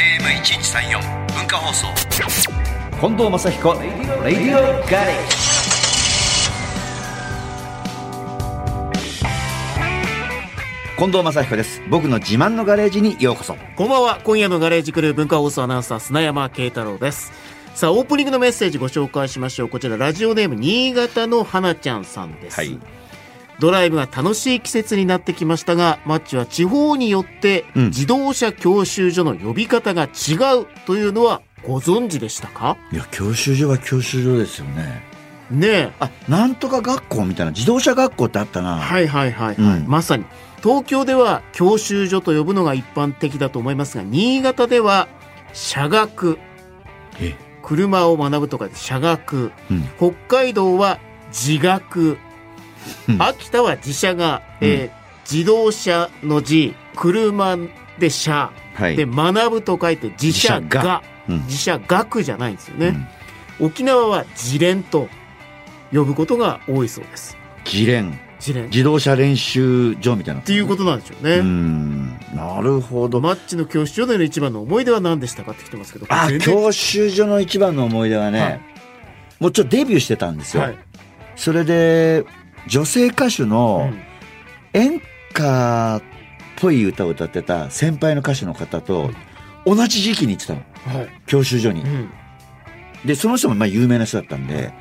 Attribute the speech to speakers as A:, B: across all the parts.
A: FM1134 文化放送
B: 近藤正彦レディオガレージ近藤正彦です僕の自慢のガレージにようこそ
C: こんばんは。今夜のガレージクルー文化放送アナウンサー、砂山慶太郎です。さあ、オープニングのメッセージご紹介しましょう。こちら、ラジオネーム、新潟の花ちゃんさんです。
B: はい
C: ドライブが楽しい季節になってきましたが、マッチは地方によって
B: うん
C: 自動車教習所の呼び方が違うというのはご存知でしたか
B: いや教習所は教習所ですよね
C: ねえ。
B: あなんとか学校みたいな自動車学校ってあったな
C: はいはいはい、はい
B: うん
C: まさに。東京では教習所と呼ぶのが一般的だと思いますが、新潟では社学、
B: え
C: 車を学ぶとかで社学、
B: うん
C: 北海道は自学、
B: うん
C: 秋田は自社が、えー自動車の字車で車、
B: はい
C: で学ぶと書いて自社
B: 自社が
C: が
B: うん
C: 自社学じゃないんですよね、沖縄は自連と呼ぶことが多いそうです
B: 自連
C: 自連っ
B: 自動車練習場みたいな
C: ていうことなんでしょうね、
B: うんなるほど、
C: マッチの教師所での一番の思い出は何でしたかって来てますけど
B: あ
C: 全然
B: 教習所の一番の思い出はね、
C: はい
B: もうちょっとデビューしてたんですよ、
C: はい
B: それで女性歌手
C: う
B: の
C: ん
B: 演歌っぽい歌を歌ってた先輩の歌手の方と同じ時期に行ってたの
C: はい
B: 教習所に
C: うん
B: でその人もまあ有名な人だったんで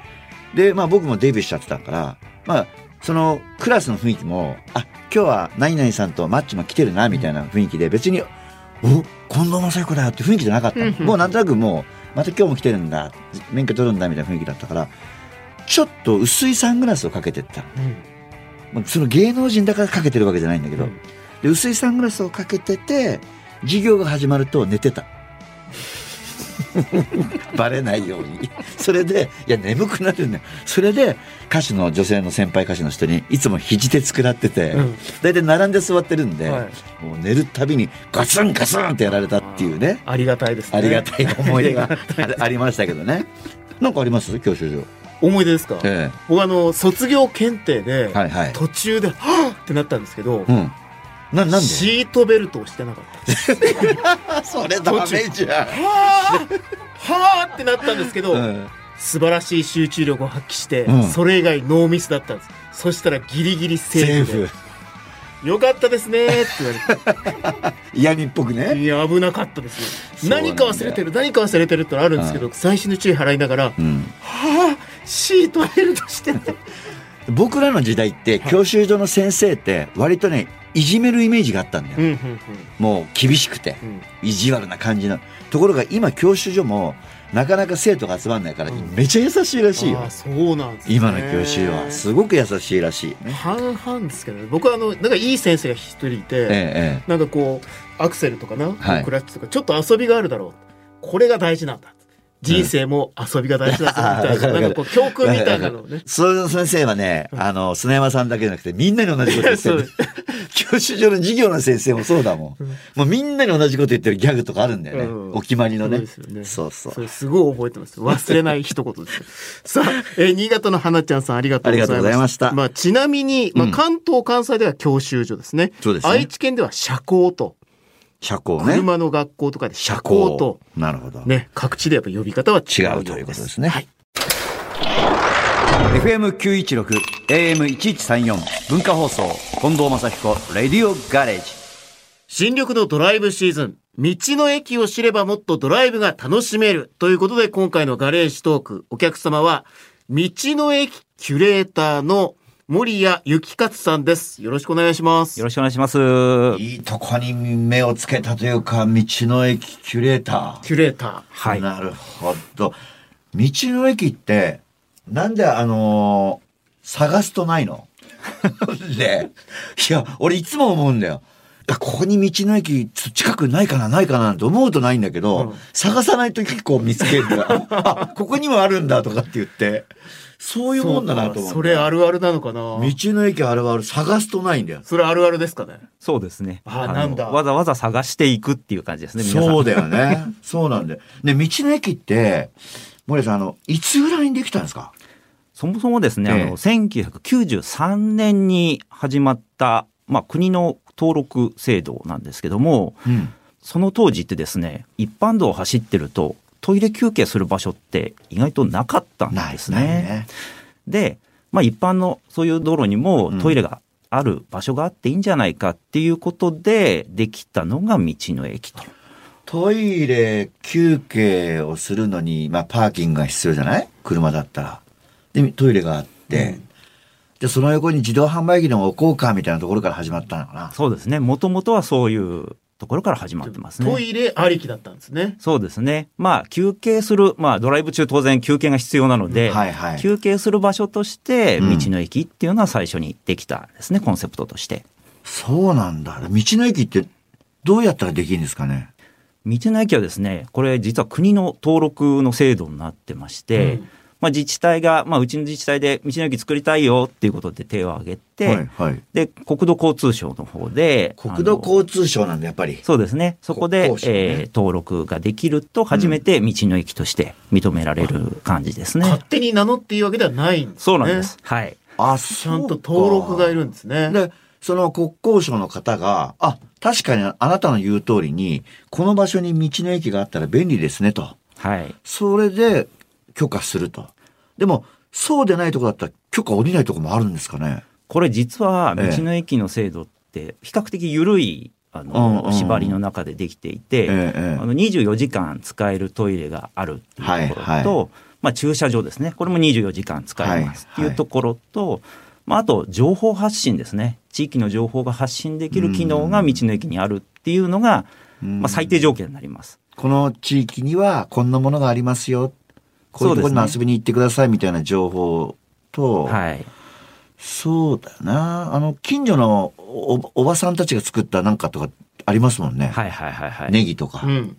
B: で、まあ、僕もデビューしちゃってたから、まあ、そのクラスの雰囲気もあ今日は何々さんとマッチも来てるなみたいな雰囲気で別に「お近藤正彦だ」って雰囲気じゃなかった
C: う
B: の
C: んうん
B: もうなんとなくもうまた今日も来てるんだ免許取るんだみたいな雰囲気だったからちょっと薄いサングラスをかけてった
C: うん
B: まあその芸能人だからかけてるわけじゃないんだけど、
C: うん
B: で薄いサングラスをかけてて授業が始まると寝てた バレないようにそれでいや眠くなるんだよそれで歌手の女性の先輩歌手の人にいつも肘手作らってて、
C: うん
B: 大体並んで座ってるんで、
C: はい
B: もう寝るたびにガツンガツンってやられたっていうね
C: ありがたいですね
B: ありがたい思い 出があありましたけどねなんかあります教習所
C: 思い出ですか、
B: え
C: 僕あの卒業検定で、
B: えはいはい
C: 途中で「はっ!」ってなったんですけど、
B: うんななんで
C: シートベルトをしてなかったです
B: それダメじゃん
C: はあはあってなったんですけど、
B: うん
C: 素晴らしい集中力を発揮して、
B: うん
C: それ以外ノーミスだったんですそしたらギリギリセ
B: セ
C: ー
B: ー
C: フで
B: フ
C: よかったですねって言われ
B: 嫌味っぽく
C: て
B: ね
C: いや危なかったです
B: そう
C: よ
B: なんだよ
C: 何か忘れてる何か忘れてるってのあるんですけど、最新の注意払いながら
B: う
C: 「
B: ん
C: はあシートベルトしてて
B: 僕らの時代って教習所の先生って割とねいじめるイメージがあったんだ」
C: うん
B: よ
C: うんうん
B: もう厳しくて
C: うん
B: 意地悪な感じのところが今教習所もなかなか生徒が集まんないから
C: うん
B: めちゃ優しいらしいよ
C: ああそうなんですね
B: 今の教習はすごく優しいらしいね
C: 半々ですけどね僕はあのなんかいい先生が一人いて、
B: ええ
C: なんかこうアクセルとかな、
B: はい
C: クラッチとかちょっと遊びがあるだろうこれが大事なんだ人生も遊びが大事だぞ
B: うん
C: みたいな,、
B: あーわかるわかる
C: なんかこう教訓みたいなのをね
B: その先生はね、あの、砂山さんだけじゃなくて、みんなに同じ こと言って
C: い
B: る
C: や。
B: 教習所の授業の先生もそうだもん。もうみんなに同じこと言ってるギャグとかあるんだよね。
C: うん
B: お決まりのね。
C: そうですよね
B: そうそう
C: そ。れすごい覚えてます忘れない一言です さあ、えー新潟の花ちゃんさんありがとうござ
B: あり
C: いまし
B: がとう
C: た
B: ございました
C: あ、ちなみに、まあ
B: うん
C: 関東関西では教習所ですね
B: そうですね
C: 愛知県では社交と
B: 社交ね。
C: 車の学校とかで社交と、
B: なるほど。
C: ね各地でやっぱ呼び方は
B: 違
C: 違うよ
B: うということですね。
C: はい
B: FM916、AM1134、文化放送、近藤正彦、レディオガレージ。
C: 新緑のドライブシーズン道の駅を知ればもっとドライブが楽しめるということで今回のガレージトークお客様は道の駅キュレーターの森谷幸勝さんですよろしくお願いします
D: よろしくお願いします。はい
B: いとこに目をつけたというか、道の駅キュレーター。
C: キュレータ
D: い。
B: なるほど。道の駅って、なんであのー探すとないの で、いや、俺いつも思うんだよ。いやここに道の駅ちょ近くないかなないかなって思うとないんだけど、
C: うん
B: 探さないと結構見つけるんだ あここにもあるんだとかって言ってそう
C: ー
B: いうもんだなと思
C: そううかそれあ
B: る
C: るあるなのかな
B: 道の駅あるある探すとないんだよ
C: それあるあるですかね
D: そうですね。
C: あ
D: の
C: なんだ
D: わざわざ探していくっていう感じですね。皆さん
B: そうだよねそうなんだよね道の駅って森谷さんあのいつぐらいにできたんですか
D: そもそもですね、
B: ええ
D: あの1993年に始まったまあ、国の登録制度なんですけども、
B: うん。
D: その当時ってですね、一般道を走ってると、トイレ休憩する場所って意外となかったん
B: ない
D: で
B: です
D: す
B: ね。
D: ね。で、まあ、一般のそういう道路にも
B: うん
D: トイレがある場所があっていいんじゃないかっていうことで、できたのが道の駅と。
B: トイレ休憩をするのに、まあ、パーキングが必要じゃない車だったら。で、トイレがあって、で、その横に自動販売機でも置こうかみたいなところから始まったのかな。
D: そうですね。もともとはそういうところから始まってますね。
C: トイレありきだったんですね。
D: そうですね。まあ、休憩する、まあ、ドライブ中当然休憩が必要なので、
B: はいはい。
D: 休憩する場所として、道
B: うん
D: の駅っていうのは最初にできたんですね、コンセプトとして。
B: そうなんだ。道の駅ってどうやったらできるんですかね
D: 道の駅はですね、これ実は国の登録の制度になってまして、
C: うん
D: まあ自治体が、まあうちの自治体で道の駅作りたいよっていうことで手を挙げて、
B: はいはい。
D: で、国土交通省の方で、
B: 国土
D: あの
B: 交通省なんだ、やっぱり。
D: そうですね。そこで、
B: 国交省ね
D: えー登録ができると、初めて道の駅として認められる感じですね。
C: 勝手に名乗っていうわけではないんですね。
D: そうなんです。。はい。
B: あ、
C: ち
B: そ
C: ゃ
B: うんか
C: と登録がいるんですね。
B: で、その国交省の方が、あ、確かにあなたの言う通りに、この場所に道の駅があったら便利ですねと。
D: はい。
B: それで許可すると。でも、そうでないとこだったら許可下りないとこもあるんですかね。
D: これ実は道
B: ええ
D: の駅の制度って比較的緩いあ
B: うんうんう
D: の
B: ん
D: 縛りの中でできていて、
B: ええ
D: あの24時間使えるトイレがあるっていうところと、
B: はいは
D: まあ、駐車場ですねこれも24時間使えますっていうところと、まあ、あと情報発信ですね地域の情報が発信できる機能が道の駅にあるっていうのが、まあ、最低条件になります。
B: この地域にはこんなものがありますよ。こういうところ
D: そう
B: に
D: です
B: 遊びに行ってくださいみたいな情報と、
D: はい、
B: そうだよな。あの、近所のおおばさんたちが作ったなんかとかありますもんね。
D: はいはいはいはい。
B: ネギとか。
C: うん。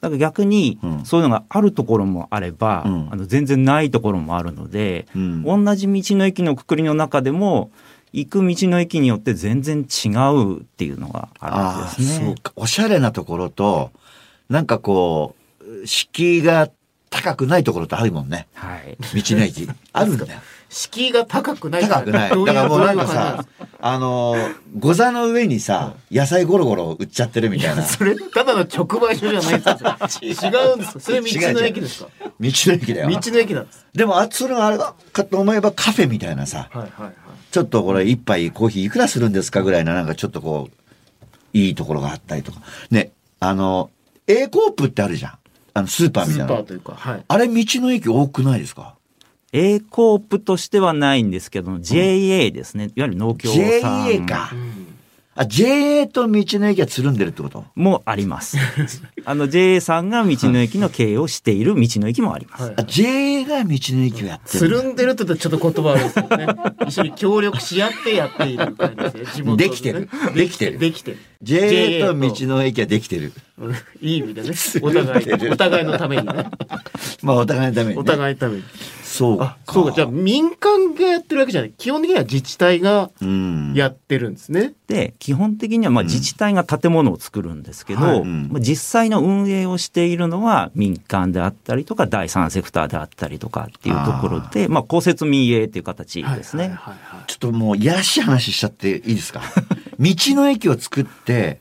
D: だから逆に
B: うん
D: そういうのがあるところもあれば、
B: うん
D: あの全然ないところもあるので、
B: うん
D: 同じ道の駅のくくりの中でも行く道の駅によって全然違うっていうのがあ
B: あ
D: るんで
B: あ
D: す
B: ー、そ
D: ね
B: う。か。おしゃれなところと、なんかこう、敷居が高くないところってあるもんね。
D: はい、
B: 道の駅。あるんだよ。
C: 敷居が高くない。
B: 高くない。
C: どう
B: だ
C: い
B: から
C: う
B: もうなんか
C: どういう感じなん
B: さ
C: で、
B: あのー、ご座の上にさ、野菜ゴロゴロ売っちゃってるみたいな。
C: すかそれ、ただの直売所じゃないんですよ。違うんですかそれ道の駅ですか
B: 道の駅だ
C: 道
B: よ。
C: の駅なんです。
B: でも、あ、それはあれだかと思えばカフェみたいなさ、
C: はいはいはい。
B: ちょっとこれ一杯コーヒーいくらするんですかぐらいな、なんかちょっとこう、いいところがあったりとか。ね、あの、A コープってあるじゃん。あの、スーパーみ
C: ス
B: たい
C: ーパ
B: な
C: ー。というか、はい。
B: あれ、道の駅多くないですか
D: A コープとしてはないんですけど、JA ですね。いわゆる農協さん
B: ?JA か。あ、JA と道の駅はつるんでるってこと
D: もあ ります。あの JA さんが道の駅の経営をしている道の駅もあります。
C: はい
B: あ、JA が道の駅をやって
C: つ
B: るんだ。
C: るんでるって言うとちょっと言葉悪いですけどね。一緒に協力し合ってやっている感じですよ。地元
B: できてるできてる
C: できてる。
B: JA と道
C: JA
B: の駅はできてる。
C: うんいい意味でね。お互い、お互いのためにね。
B: まあ、お互いのために、ね。
C: お互いのために。
B: そう
C: あ
B: か。、
C: そうか。じゃあ民間がやってるわけじゃない。基本的には自治体が
B: うん。
C: やってるんですね。
D: で基本的にはまあ自治体が建物を作るんですけど、
C: はい
B: うん
D: まあ実際の運営をしているのは民間であったりとか第三セクターであったりとかっていうところでまあ、公設民営という形ですね。
C: はいはいはい
B: ちょっともう、いやらしい話しちゃっていいです か道の駅を作って、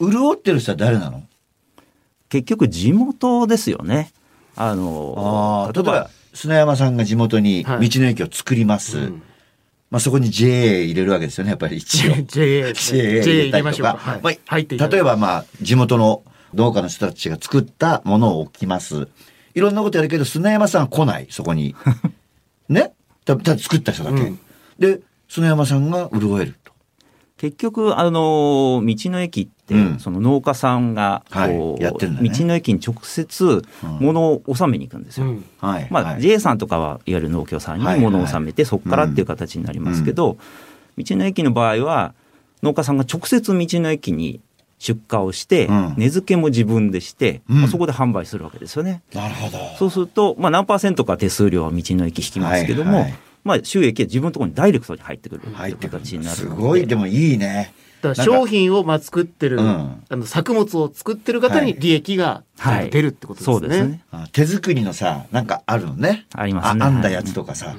B: 潤ってる人は誰なの
D: 結局地元ですよね。あの
B: 例えば、砂山さんが地元に道
C: はい
B: の駅を作ります。
C: はいうん
B: まあ、そこに JA 入れるわけですよね、やっぱり一 応。
C: JA です
B: JA
C: ね
B: 入れたりとか。
C: はい
B: まあ
C: 入っていただいて
B: 例えばまあ、地元の農家の人たちが作ったものを置きます。いろんなことやるけど、砂山さんは来ない、そこに。ねたただ作った人だけ。
C: うん
B: で、砂山さんが潤えると。
D: 結局、あの、道の駅って、
B: うん
D: その農家さんが、
B: はい
D: こう、
B: やって
D: 道
B: んだね
D: の駅に直接、物を納めに行くんですよ。
C: うん
B: はい。
D: まあ、
B: はい
D: JA さんとかはいわゆる農協さんに物を納めて、そこからっていう形になりますけど、道の駅の場合は農家さんが直接道の駅に出荷をして、
B: うん
D: 根付けも自分でして、
B: うん
D: まあそこで販売するわけですよね。
B: なるほど。
D: そうすると、まあ、何パーセントか手数料は道の駅引きますけども、
B: はいはい
D: まあ、収益は自分のところにダイレクトに入ってくるって
B: 入
D: い
B: っ
D: う
B: てくる
D: 形になる
B: す
D: ので。
B: ごい、でもいいね。
C: だから商品をまあ作ってる、
B: うん
C: あの作物を作ってる方に利益がちゃんと出るってことですね。
D: そうですね。
B: あ手作りのさ、なんかあるのね。
D: ありますね
B: 編んだやつとかさ、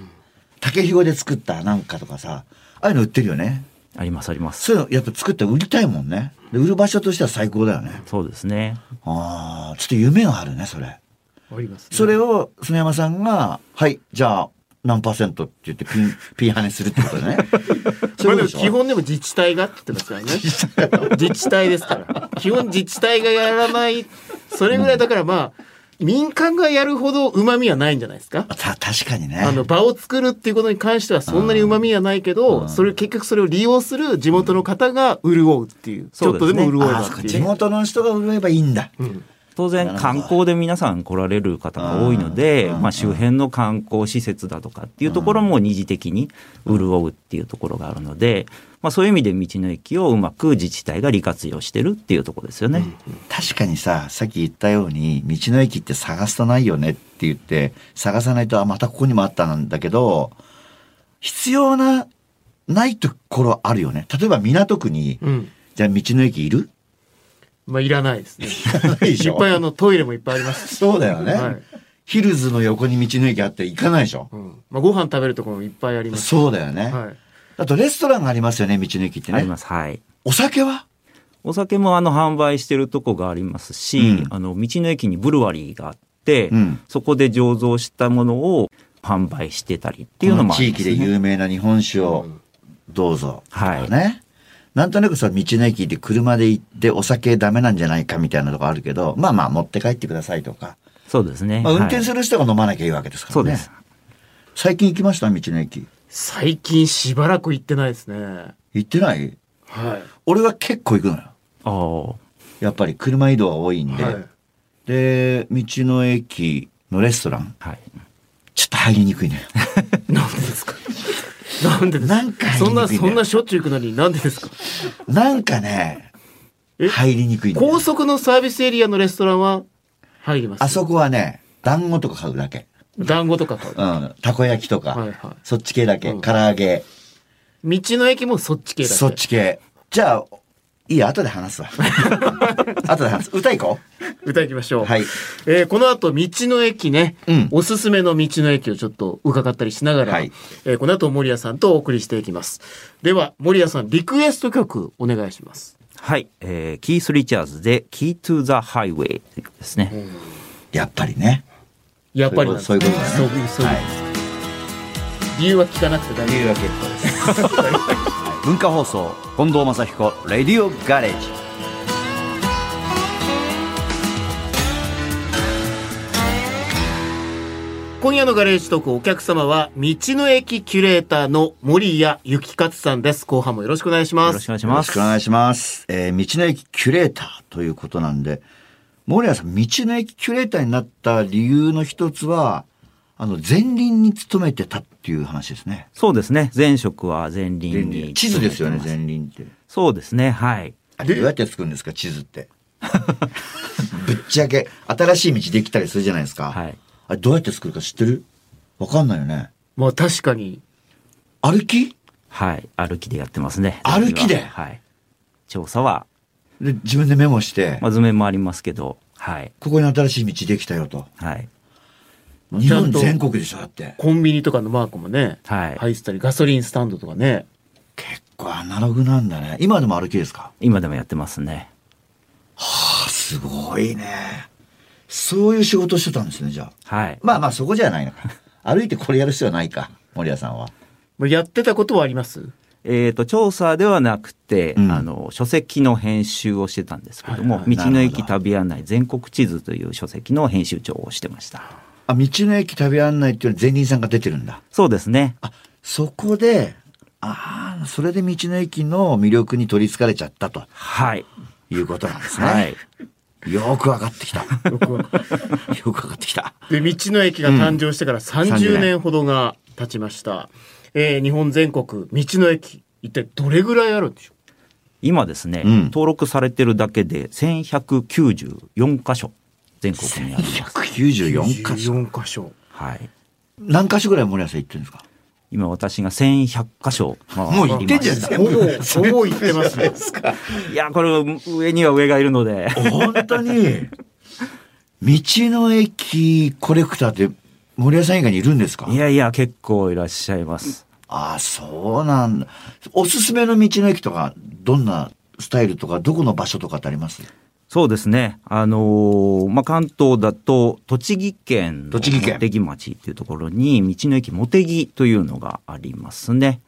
B: 竹ひごで作ったなんかとかさ、ああいうの売ってるよね。
D: ありますあります。
B: そういうのやっぱ作って売りたいもんね。で売る場所としては最高だよね。
D: そうですね。
B: ああ、ちょっと夢があるね、それ。
C: あります、
B: それを、砂山さんが、はい、じゃあ、何パーセントって言ってピン、ピンハネするってことだ ね。そ
C: ま
B: うい
C: あ
B: うことで
C: でも
B: しょ
C: 基本でも自治体がって言ってま すからね。自治体ですから。基本自治体がやらない。それぐらいだからまあ、民間がやるほど旨味はないんじゃないですか。
B: た、確かにね。
C: あの場を作るっていうことに関してはそんなに旨味はないけど、それ結局それを利用する地元の方が潤うっていう。ちょっとでも潤え
B: あ
C: ば
B: あ、そ
C: っ
B: うか
C: ていうね。
B: 地元の人が売ればいいんだ。
D: 当然観光で皆さん来られる方が多いので、
B: うん
D: まあ、周辺の観光施設だとかっていうところも二次的に潤うっていうところがあるので、まあ、そういう意味で道の駅をうまく自治体が利活用してるっていうところですよね。
B: 確かにさ、さっき言ったように、道の駅って探すとないよねって言って、探さないと、あ、またここにもあったんだけど、必要な、ないところあるよね。例えば港区に、
C: うん。
B: じゃあ道の駅いる
C: まあいらないですね。
B: ない で
C: い
B: し
C: っ
B: ょ
C: ぱいあのトイレもいっぱいありますし。
B: そうだよね、
C: はい
B: ヒルズの横に道の駅あって行かないでしょ
C: う、ん。まあご飯食べるところもいっぱいありますし。
B: そうだよね、
C: はい。
B: あとレストランがありますよね道の駅って
D: あり
B: ね
D: ます。はい
B: お酒は
D: お酒もあの販売してるとこがありますし、
B: うん
D: あの道の駅にブルワリーがあって、
B: うん
D: そこで醸造したものを販売してたりっていうのもあ
B: この地
D: りま
B: 域
D: す、
B: で
D: ね、
B: 有名な日本酒をどうぞ、
D: はい
B: とかねなんとなくさ道の駅で車で行ってお酒ダメなんじゃないかみたいなとこあるけどまあまあ持って帰ってくださいとか、
D: そうですね、
B: まあ、運転
D: はい
B: する人が飲まなきゃいいわけですから
D: そう
B: ね、
D: です
B: 最近行きました道の駅
C: 最近しばらく行ってないですね。
B: 行ってない
C: はい。
B: 俺は結構行くのよ
D: あー
B: やっぱり車移動が多いんで、
C: はい
B: で道の駅のレストラン
D: はい
B: ちょっと入りにくい ね。
C: なんでですか。 なんでですか。
B: なんか入りにくい
C: そん
B: んだよ
C: なそんなしょっちゅう行くのになんでですか。
B: なんかね、
C: え
B: 入りにくいんだよ
C: 高速のサービスエリアのレストランは入ります。
B: あそこはね、団子とか買うだけ。
C: 団子とか買う。
B: うん。たこ焼きとか、
C: はいはい
B: そっち系だけ。
C: うん
B: 唐揚げ、
C: 道の駅もそっち系だけ。
B: そっち系。じゃあ、いいや、後で話す わ。後で話す。歌いこ
C: 歌いきまし
B: う。
C: ょう。
B: はい。
C: えーこの後道の駅ね、
B: うん
C: おすすめの道の駅をちょっと伺ったりしながら、
B: はい
C: えーこの後森谷さんとお送りしていきます。では森谷さんリクエスト曲お願いします。
D: はい、えー、キース・リチャーズで「キー・トゥ・ザ・ハイウェイ」ですね、
B: やっぱりね。
C: やっぱりなんです
B: そういうことだね
C: そういうそういうことです理由は聞かなくて大丈夫。
B: 理由は結構で す。文化放送、近藤正彦、レディオガレージ。
C: 今夜のガレージトークお客様は道の駅キュレーターの森谷幸勝さんです後半もよろしくお願いしま
D: よろし
C: す
D: くお願いし
B: よろ
D: ま
B: し
D: す
B: くお願いします。えー道の駅キュレーターということなんで、森谷さん、道の駅キュレーターになった理由の一つは、あの、前輪に勤めてたっていう話ですね。
D: そうですね前職は前輪
B: 前
D: に
B: 輪。地図ですよね、
D: 勤
B: 前
D: めてます
B: 輪って。
D: そうですねはい
B: あれ、どうやって作るんですか、地図って。 ぶっちゃけ、新しい道できたりするじゃないですか。
D: はい
B: あれ、どうやって作るか知ってるわかんないよね。
C: まあ確かに
B: 歩き
D: はい歩きでやってますね
B: 歩きで
D: はい調査は、
B: で、自分でメモして、
D: まあ、図面もありますけどはい
B: ここに新しい道できたよと。
D: はい
B: 日
C: ちゃ
B: 本
C: んと
B: 全国でしょ、だって。
C: コンビニとかのマークもね、
D: はい
C: 入ってたりガソリンスタンドとかね
B: 結構アナログなんだね。今でも歩きですか
D: 今でもやってますね
B: すごいね。そういう仕事してたんですね、じゃあ。
D: はい
B: まあまあ、そこじゃ ないのか。歩いてこれやる必要はないか、森谷さんは。
C: まあやってたことはあります
D: えー、と調査ではなくて、
B: うん
D: あの書籍の編集をしてたんですけども
C: は
D: 「
C: いはい
D: 道の
B: なるほ
D: 駅
B: ど
D: 旅案内全国地図」という書籍の編集長をしてました
B: あ、道の駅旅案内っていうのは前輪さんが出てるんだ。
D: そうですね
B: あ、そこで、ああ、それで道の駅の魅力に取り憑かれちゃったと
D: はい
B: いうことなんですね。
D: はい。
B: よくわかってきた。よ
C: 僕 は
B: くわかってきた。
C: で道の駅が誕生してから30年ほどが経ちました、えー日本全国道の駅一体どれぐらいあるんでしょ
D: 今ですね、
B: うん
D: 登録されてるだけで1194箇所全国にある、
C: う
B: 194箇所。
C: 4箇所
D: はい、
B: 何箇所ぐらい森谷さん行ってるんですか
D: 今私が1100箇所回りました
B: もう行ってんじゃないですか
C: ほぼほぼ行ってますね
D: いやこれ上には上がいるので
B: 本当に、道の駅コレクターって森谷さん以外にいるんですか
D: いやいや結構いらっしゃいます
B: ああ、そうなんだ。おすすめの道の駅とか、どんなスタイルとか、どこの場所とかってあります
D: そうですね。あのーまあ、関東だと、栃木県の
B: 栃木県
D: 茂木町っていうところに、道の駅茂木というのがありますね。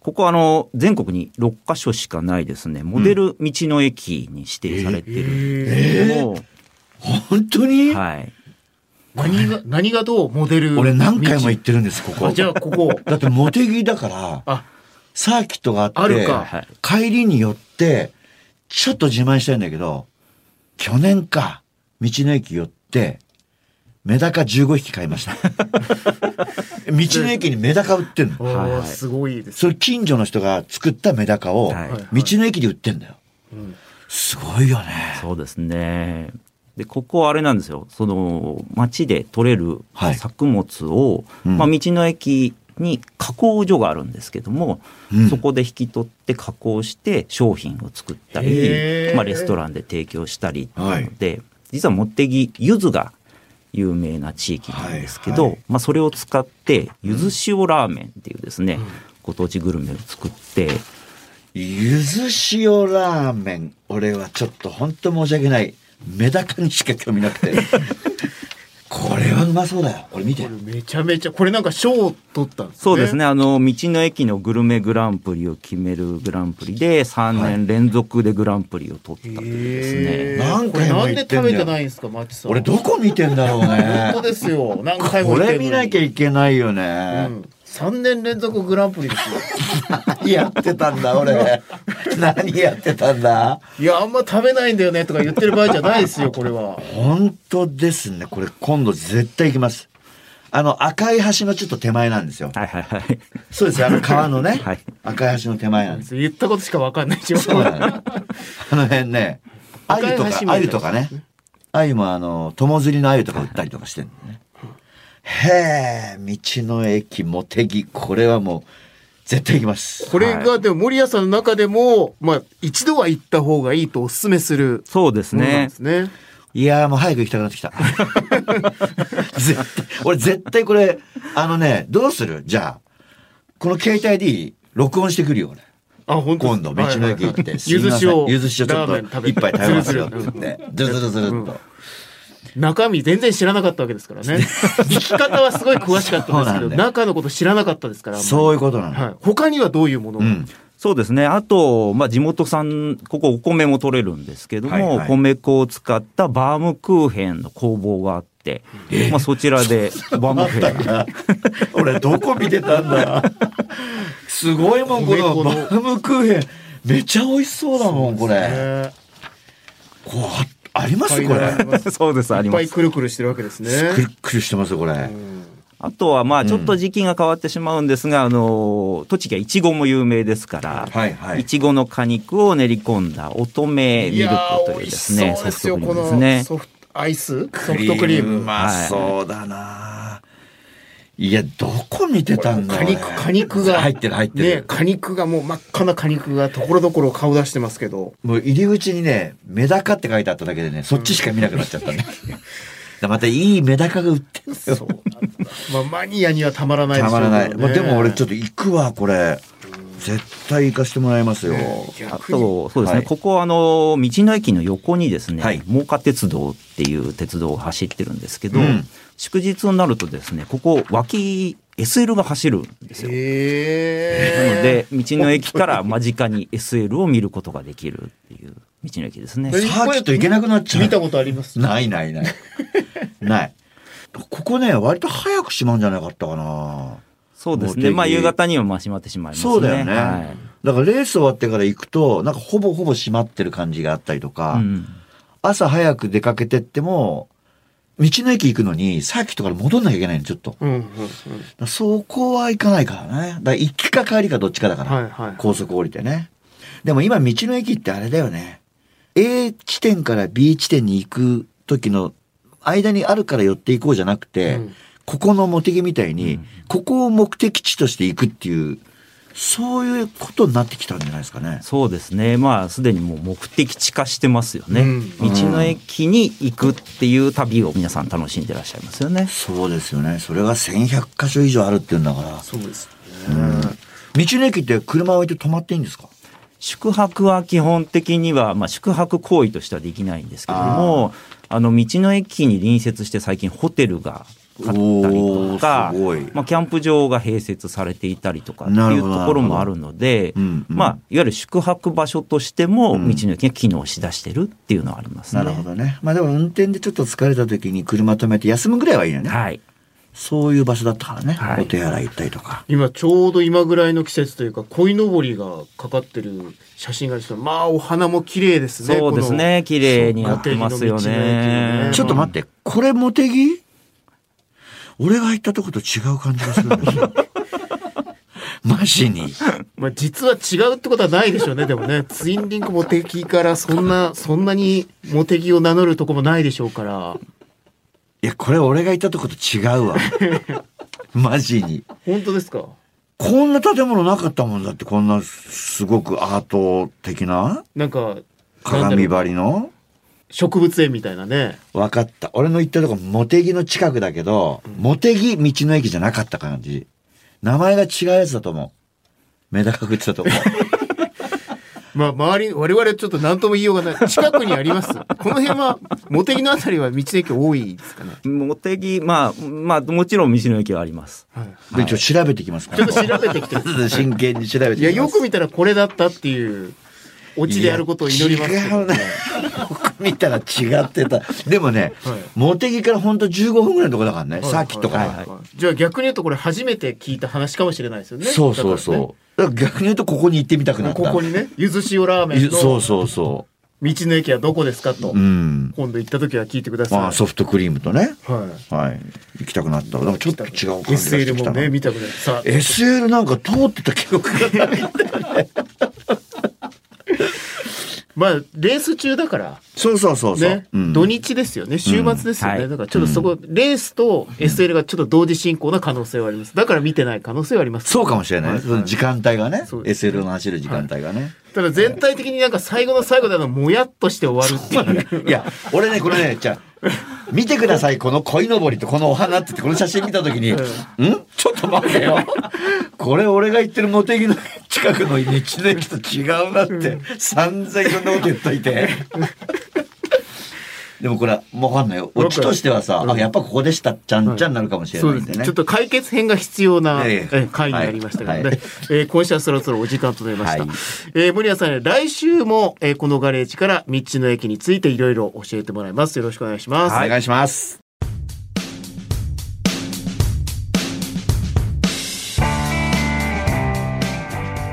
D: ここはあの、全国に6カ所しかないですね、モデル道の駅に指定されてるんですけども、
B: 本当に、
D: はい。
C: 何が、何がどうモデル。
B: 俺何回も行
C: 行
B: ってるんです、ここ。
C: じゃあ、こ こ。
B: だって、茂木だから、
C: あ、
B: サーキットがあって、
C: あるか
D: はい。
B: 帰りに寄って、ちょっと自慢したいんだけど、去年か、道の駅寄って、メダカ15匹買いま した。道の駅にメダカ売ってんの。
C: おー
D: はいはい
C: すごいです。
B: それ近所の人が作ったメダカを、
D: はい
B: 道の駅で売ってんだよ。
C: うん
B: すごいよね。
D: そうですね。で、ここはあれなんですよ。その、町で取れる
B: はい
D: 作物を、
B: うん
D: まあ、道の駅に加工所があるんですけども、
B: うん
D: そこで引き取って加工して商品を作った
C: へ
D: り
C: ー、
D: まあ、レストランで提供したりっていう
B: はい
D: ので、実は茂木柚子が有名な地域なんですけど、
B: はいはい
D: まあ、それを使って柚子塩ラーメンっていうですね、ご当地グルメを作って、
B: ゆず塩ラーメン。俺はちょっと本当申し訳ない。メダカにしか興味なくて。 これはうまそうだよ。俺見て
C: こ。れめちゃめちゃ、これなんか賞を取ったんですね。
D: そうですね。あの、道の駅のグルメグランプリを決めるグランプリで、3年連続でグランプリを取ったというですね。
C: へー。
B: 何
C: これ
B: 回
C: な
B: も
C: ん
B: 言
C: で
B: ってんだよ
C: 食べてないんですか、マッチさん。
B: 俺どこ見てんだろうね
C: 本。当ですよ。何回も
B: こ
C: 言
B: れ
C: ってるのに
B: 見なきゃいけないよ
C: う
B: ね。
C: ん。3年連続グランプリですよ。
B: 何やってたんだ、俺。何やってたんだ。
C: いや、あんま食べないんだよねとか言ってる場合じゃないですよ、これは。
B: 本当ですね。これ今度絶対行きます。あの赤い橋のちょっと手前なんですよ。
D: はいはいはい。
B: そうですよ。あの川のね、
D: はい
B: 赤い橋の手前なんです。
C: 言ったことしかわかんないし。
B: そうなのよあの辺ね、ア
C: 赤い
B: ユ
C: 橋
B: と
C: みたい
B: か、
C: な
B: アユとかね。アユもあの、友釣りのアユとか売ったりとかしてるのね。へえ、道の駅茂木、これはもう、絶対行きます。
C: これが、でも森谷さんの中でも、まあ、一度は行った方がいいとお勧めする。
D: そうです
C: ものなん
D: ね
C: で。すね。
B: いやーもう早く行きたくな ってきた。絶対、俺絶対これ、あのね、どうするじゃあ、この携帯でいい録音してくるよ、俺。
C: あ、本当
B: 今度、道の駅行って、す
C: ゆ
B: いま
C: ず
B: せん
C: 塩。
B: ゆず塩ちょっ
C: ラ
B: と
C: ーメン食べ
B: 一杯食べますよ、
C: ずるず
B: つ
C: る
B: って。ずるずるずるっと。
C: 中身全然知らなかったわけですからね。聞き方はすごい詳しかったんですけ
B: そうなん
C: ど、
B: だよ
C: 中のこと知らなかったですから。あんまり
B: そういうことなの。
C: はい。他にはどういうもの
B: う
C: が
B: ん。
D: そうですね。あと、まあ、地元産、ここお米も取れるんですけども、
B: はいはい
D: 米粉を使ったバームクーヘンの工房があって、まあ、そちらでバームクーヘン。
B: 俺どこ見てたんだすごいもんこのバ
C: 米粉
B: ームクーヘンめちゃ美味しそうだもんこれ
C: ね
B: こうああります
C: いっ
B: こ
C: ぱい
B: れ
C: 並んでます
D: そうです、あ
C: い
D: り
C: っ
D: ま
C: ぱい
D: す。
C: くるくるしてるわけですね。
B: くるっくるしてますよこれ
D: あとは、まあ、ちょっと時期が変わってしまうんですが、あの、栃木はイチゴも有名ですから、
B: はいはい
D: ちごの果肉を練り込んだ乙女ミルクというですね、ソフトクリームですね。
C: ソフトアイスソフトクリーム。
B: うまそうだな、い、やどこ見てたんだ
C: 果
B: 俺
C: 肉、果肉が。
B: 入ってる入ってる、
C: ね、果肉がもう真っ赤な果肉がところどころ顔出してますけど。
B: もう入り口にねメダカって書いてあっただけでねそっちしか見なくなっちゃったね、だまたいいメダカが売ってんだよ
C: そうなんだ。まあ、マニアにはたまらない
B: たまらない、まあ、でも俺ちょっ
C: っ
B: と行くわこれ絶対行かしてもらいますよ、
D: あと、そうですね、
B: はい
D: ここ、あの、道の駅の横にですね、
B: はい
D: 真岡鉄道っていう鉄道を走ってるんですけど、
B: うん
D: 祝日になるとですね、ここ、脇、SL が走るんですよ。なの
C: え
D: で、道の駅から間近に SL を見ることができるっていう道の駅ですね。
C: え
B: サーキット行けなくなっちゃう
C: 見たことあります
B: ないないないないここね割と早く閉まんじゃなかったかな
D: そうです
B: 茂
D: ね。
B: 木
D: まあ、夕方にはまあ閉まってしまいますね。
B: そうだよね、
D: はい
B: だからレース終わってから行くとなんかほぼほぼ閉まってる感じがあったりとか、
D: うん
B: 朝早く出かけてっても道の駅行くのにサーキットから戻んなきゃいけないのちょっとだか
C: うんうんうん。
B: らそこは行かないからねだから行きか帰りかどっちかだから、
C: はいはい。
B: 高速降りてね。でも今道の駅ってあれだよね。A 地点から B 地点に行く時の間にあるから寄っていこうじゃなくて、
C: うん
B: ここの茂木みたいに、ここを目的地として行くっていう、そういうことになってきたんじゃないですかね。
D: そうですね。まあ、すでにもう目的地化してますよね。
C: うん
D: 道の駅に行くっていう旅を皆さん楽しんでらっしゃいますよね。
B: そうですよね。それが1100箇所以上あるっていうんだから。
C: そうです。
B: うん道の駅って車置いて止まっていいんですか
D: 宿泊は基本的には、まあ、宿泊行為としてはできないんですけれどもあの道の駅に隣接して最近ホテルが買ったりとか
B: おーすごい
D: まあ、キャンプ場が併設されていたりとかって
B: なる
D: いう
B: ほど
D: ところもあるので、
B: うんうん
D: まあ、いわゆる宿泊場所としても道
B: ん
D: の駅が機能しだしてるっていうのはありますね。
B: なるほどね。まあでも運転でちょっと疲れた時に車止めて休むぐらいはいいよね。
D: はい
B: そういう場所だったからね。
D: はい
B: お手洗い行ったりとか。
C: 今ちょうど今ぐらいの季節というか鯉のぼりがかかってる写真がありますまあお花も綺麗ですね
D: そうですね綺麗になってますよ
C: そうか手の道の
D: ね
C: 駅
B: ちょっと待って、これ茂木俺が行ったとこと違う感じがするんです よ。マジに。
C: このまあ、実は違うってことはないでしょうねで もねツインリンクモテキからそんなそんなにモテキを名乗るとこもないでしょうから
B: いや、これ俺が行ったとこと違う わ。マジに。
C: 本当ですか
B: こんな建物なかったもんだって、こんなすごくアート的な
C: なんか
B: 鏡
C: なんだろう
B: 張りの
C: 植物園みたいなね
B: 分かった。俺の行ったとこ、茂木の近くだけど、茂木道の駅じゃなかった感じ。名前が違うやつだと思う。メダカ食ってたと思う。
C: まあ、周り、我々ちょっと何とも言いようがない。近くにあります。この辺は、茂木のあたりは道の駅多いですかね。
D: 茂木まあまあもちろん道の駅はあります。
B: で、一応調べてきますから。
C: ちょっと調べてきて
B: 真剣に調べてきます。
C: いや、よく見たらこれだったっていう、オチでやることを祈りますけ
B: 違
C: ど
B: うね。僕見たら違ってた。でもね、
C: はい
B: 茂木からほんと15分ぐらいのとこだからね、
C: はい
B: さっきとか。
C: はいはいはいじゃあ逆に言うとこれ初めて聞いた話かもしれないですよね。
B: そうそう
C: だか
B: そう。だから逆に言うとここに行ってみたくな
C: ら
B: っ
C: ね
B: た。
C: ここにね、ゆず塩ラーメンの
B: そう
C: 道
B: そうそ
C: の駅はどこですかと
B: う。う、ん。
C: 今度行った時は聞いてくだ
B: ま
C: さ
B: あ
C: い。
B: ソフトクリームとね。
C: はい。
B: はい。行きたくなったわ。でもちょっと違う感じがして
C: SL
B: きた
C: も
B: な
C: ね、。見たくない。さあ、
B: SL なんか通ってた記憶がない。
C: まあ、レース中だから、
B: そうそうそうそう。
C: ね、
B: うん
C: 土日ですよね、週末ですよね、
D: うん
C: だからちょっとそこ、レースと SL がちょっと同時進行な可能性はあります。だから見てない可能性はあります。
B: そうかもしれない。
C: はい
B: その時間帯がね。
C: そうです
B: SL の走る時間帯がね。
C: ただ全体的になんか最後の最後であの、もやっとして終わるっていう。
B: いや、俺ね、これね、じゃあ見てください、この鯉のぼりとこのお花って言って、この写真見たときに、んちょっと待ってよ。これ俺が言ってる茂木の近くの道の駅と違うなって、散々いろんなこと言っといて。でもこれ、わかんないよ。オチとしてはさ、あ、やっぱここでした、ちゃんちゃんになるかもしれ
C: そ
B: な
C: う
B: い
C: で
B: んで
C: すね。
B: ね
C: ちょっ。と解決編が必要な、
B: いやい
C: え
B: や
C: ー回になりましたので、
B: はい
C: えー今週はそろそろお時間となりました。
B: はい
C: えー森谷さんね、来週も、えーこのガレージから道の駅についていろいろ教えてもらいます。よろしくお願いします。
B: お願いします。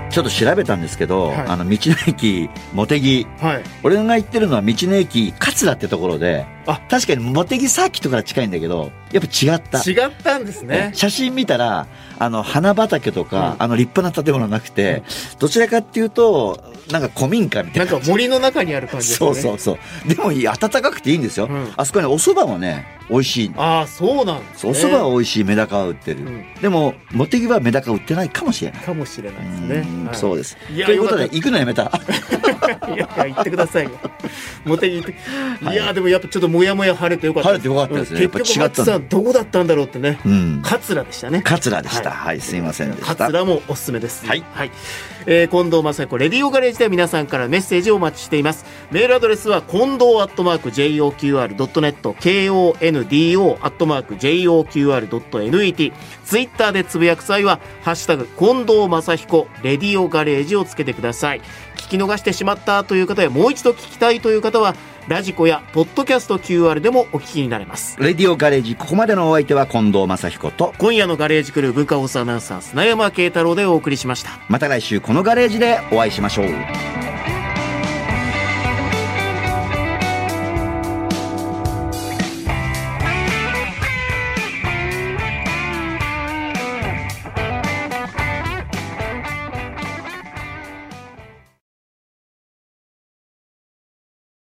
B: ちょっと調べたんですけど、
C: はい
B: あの道の駅茂木
C: はい。
B: 俺が言ってるのは道の駅桂ってところで
C: あ
B: 確かに茂木サーキットから近いんだけどやっぱ違った、
C: 違ったんですね。
B: 写真見たらあの花畑とか、
C: う
B: あの立派な建物なくて、どちらかっていうとなんか古民家みた
C: ないん
B: な
C: か森の中にある感じです
B: そ
C: ね。
B: うそうそうでもいい暖かくていいんですよ、
C: うん
B: あそこにお蕎麦もね美味しい
C: ああ、そうなんです、
B: そう
C: ね。
B: お蕎麦は美味しいメダカは売ってる、
C: うん
B: でも茂木はメダカ売ってないかもしれない
C: かもしれないです
B: うん
C: ね。はい
B: そうです
C: いや
B: ということで
C: よか
B: 行くのやめ た
C: いや、言ってくださいよ。モテ言って。いや、でもやっぱちょっともやもや晴れてよかった
B: 晴れてよかったですね
C: うん結局、
B: やっぱ違った
C: 松さん、どこだったんだろうってね。
B: うん
C: 桂でしたね。
B: 桂でした
C: はい
B: はい、すいませんでした
C: 桂もおすすめです。
B: はい
C: えー近藤正彦レディオガレージでは皆さんからメッセージをお待ちしています。メールアドレスは近藤アットマーク JOQR.net、KONDO アットマーク JOQR.net。ツイッターでつぶやく際は、ハッシュタグ、近藤正彦レディオガレージをつけてください。聞き逃してしまったという方や、もう一度聞きたいという方は、ラジコやポッドキャスト QR でもお聞きになれます。
B: レディオガレージここまでのお相手は近藤正彦と
C: 今夜のガレージクルー文化放送アナウンサー砂山慶太郎でお送りしました。
B: また来週このガレージでお会いしましょう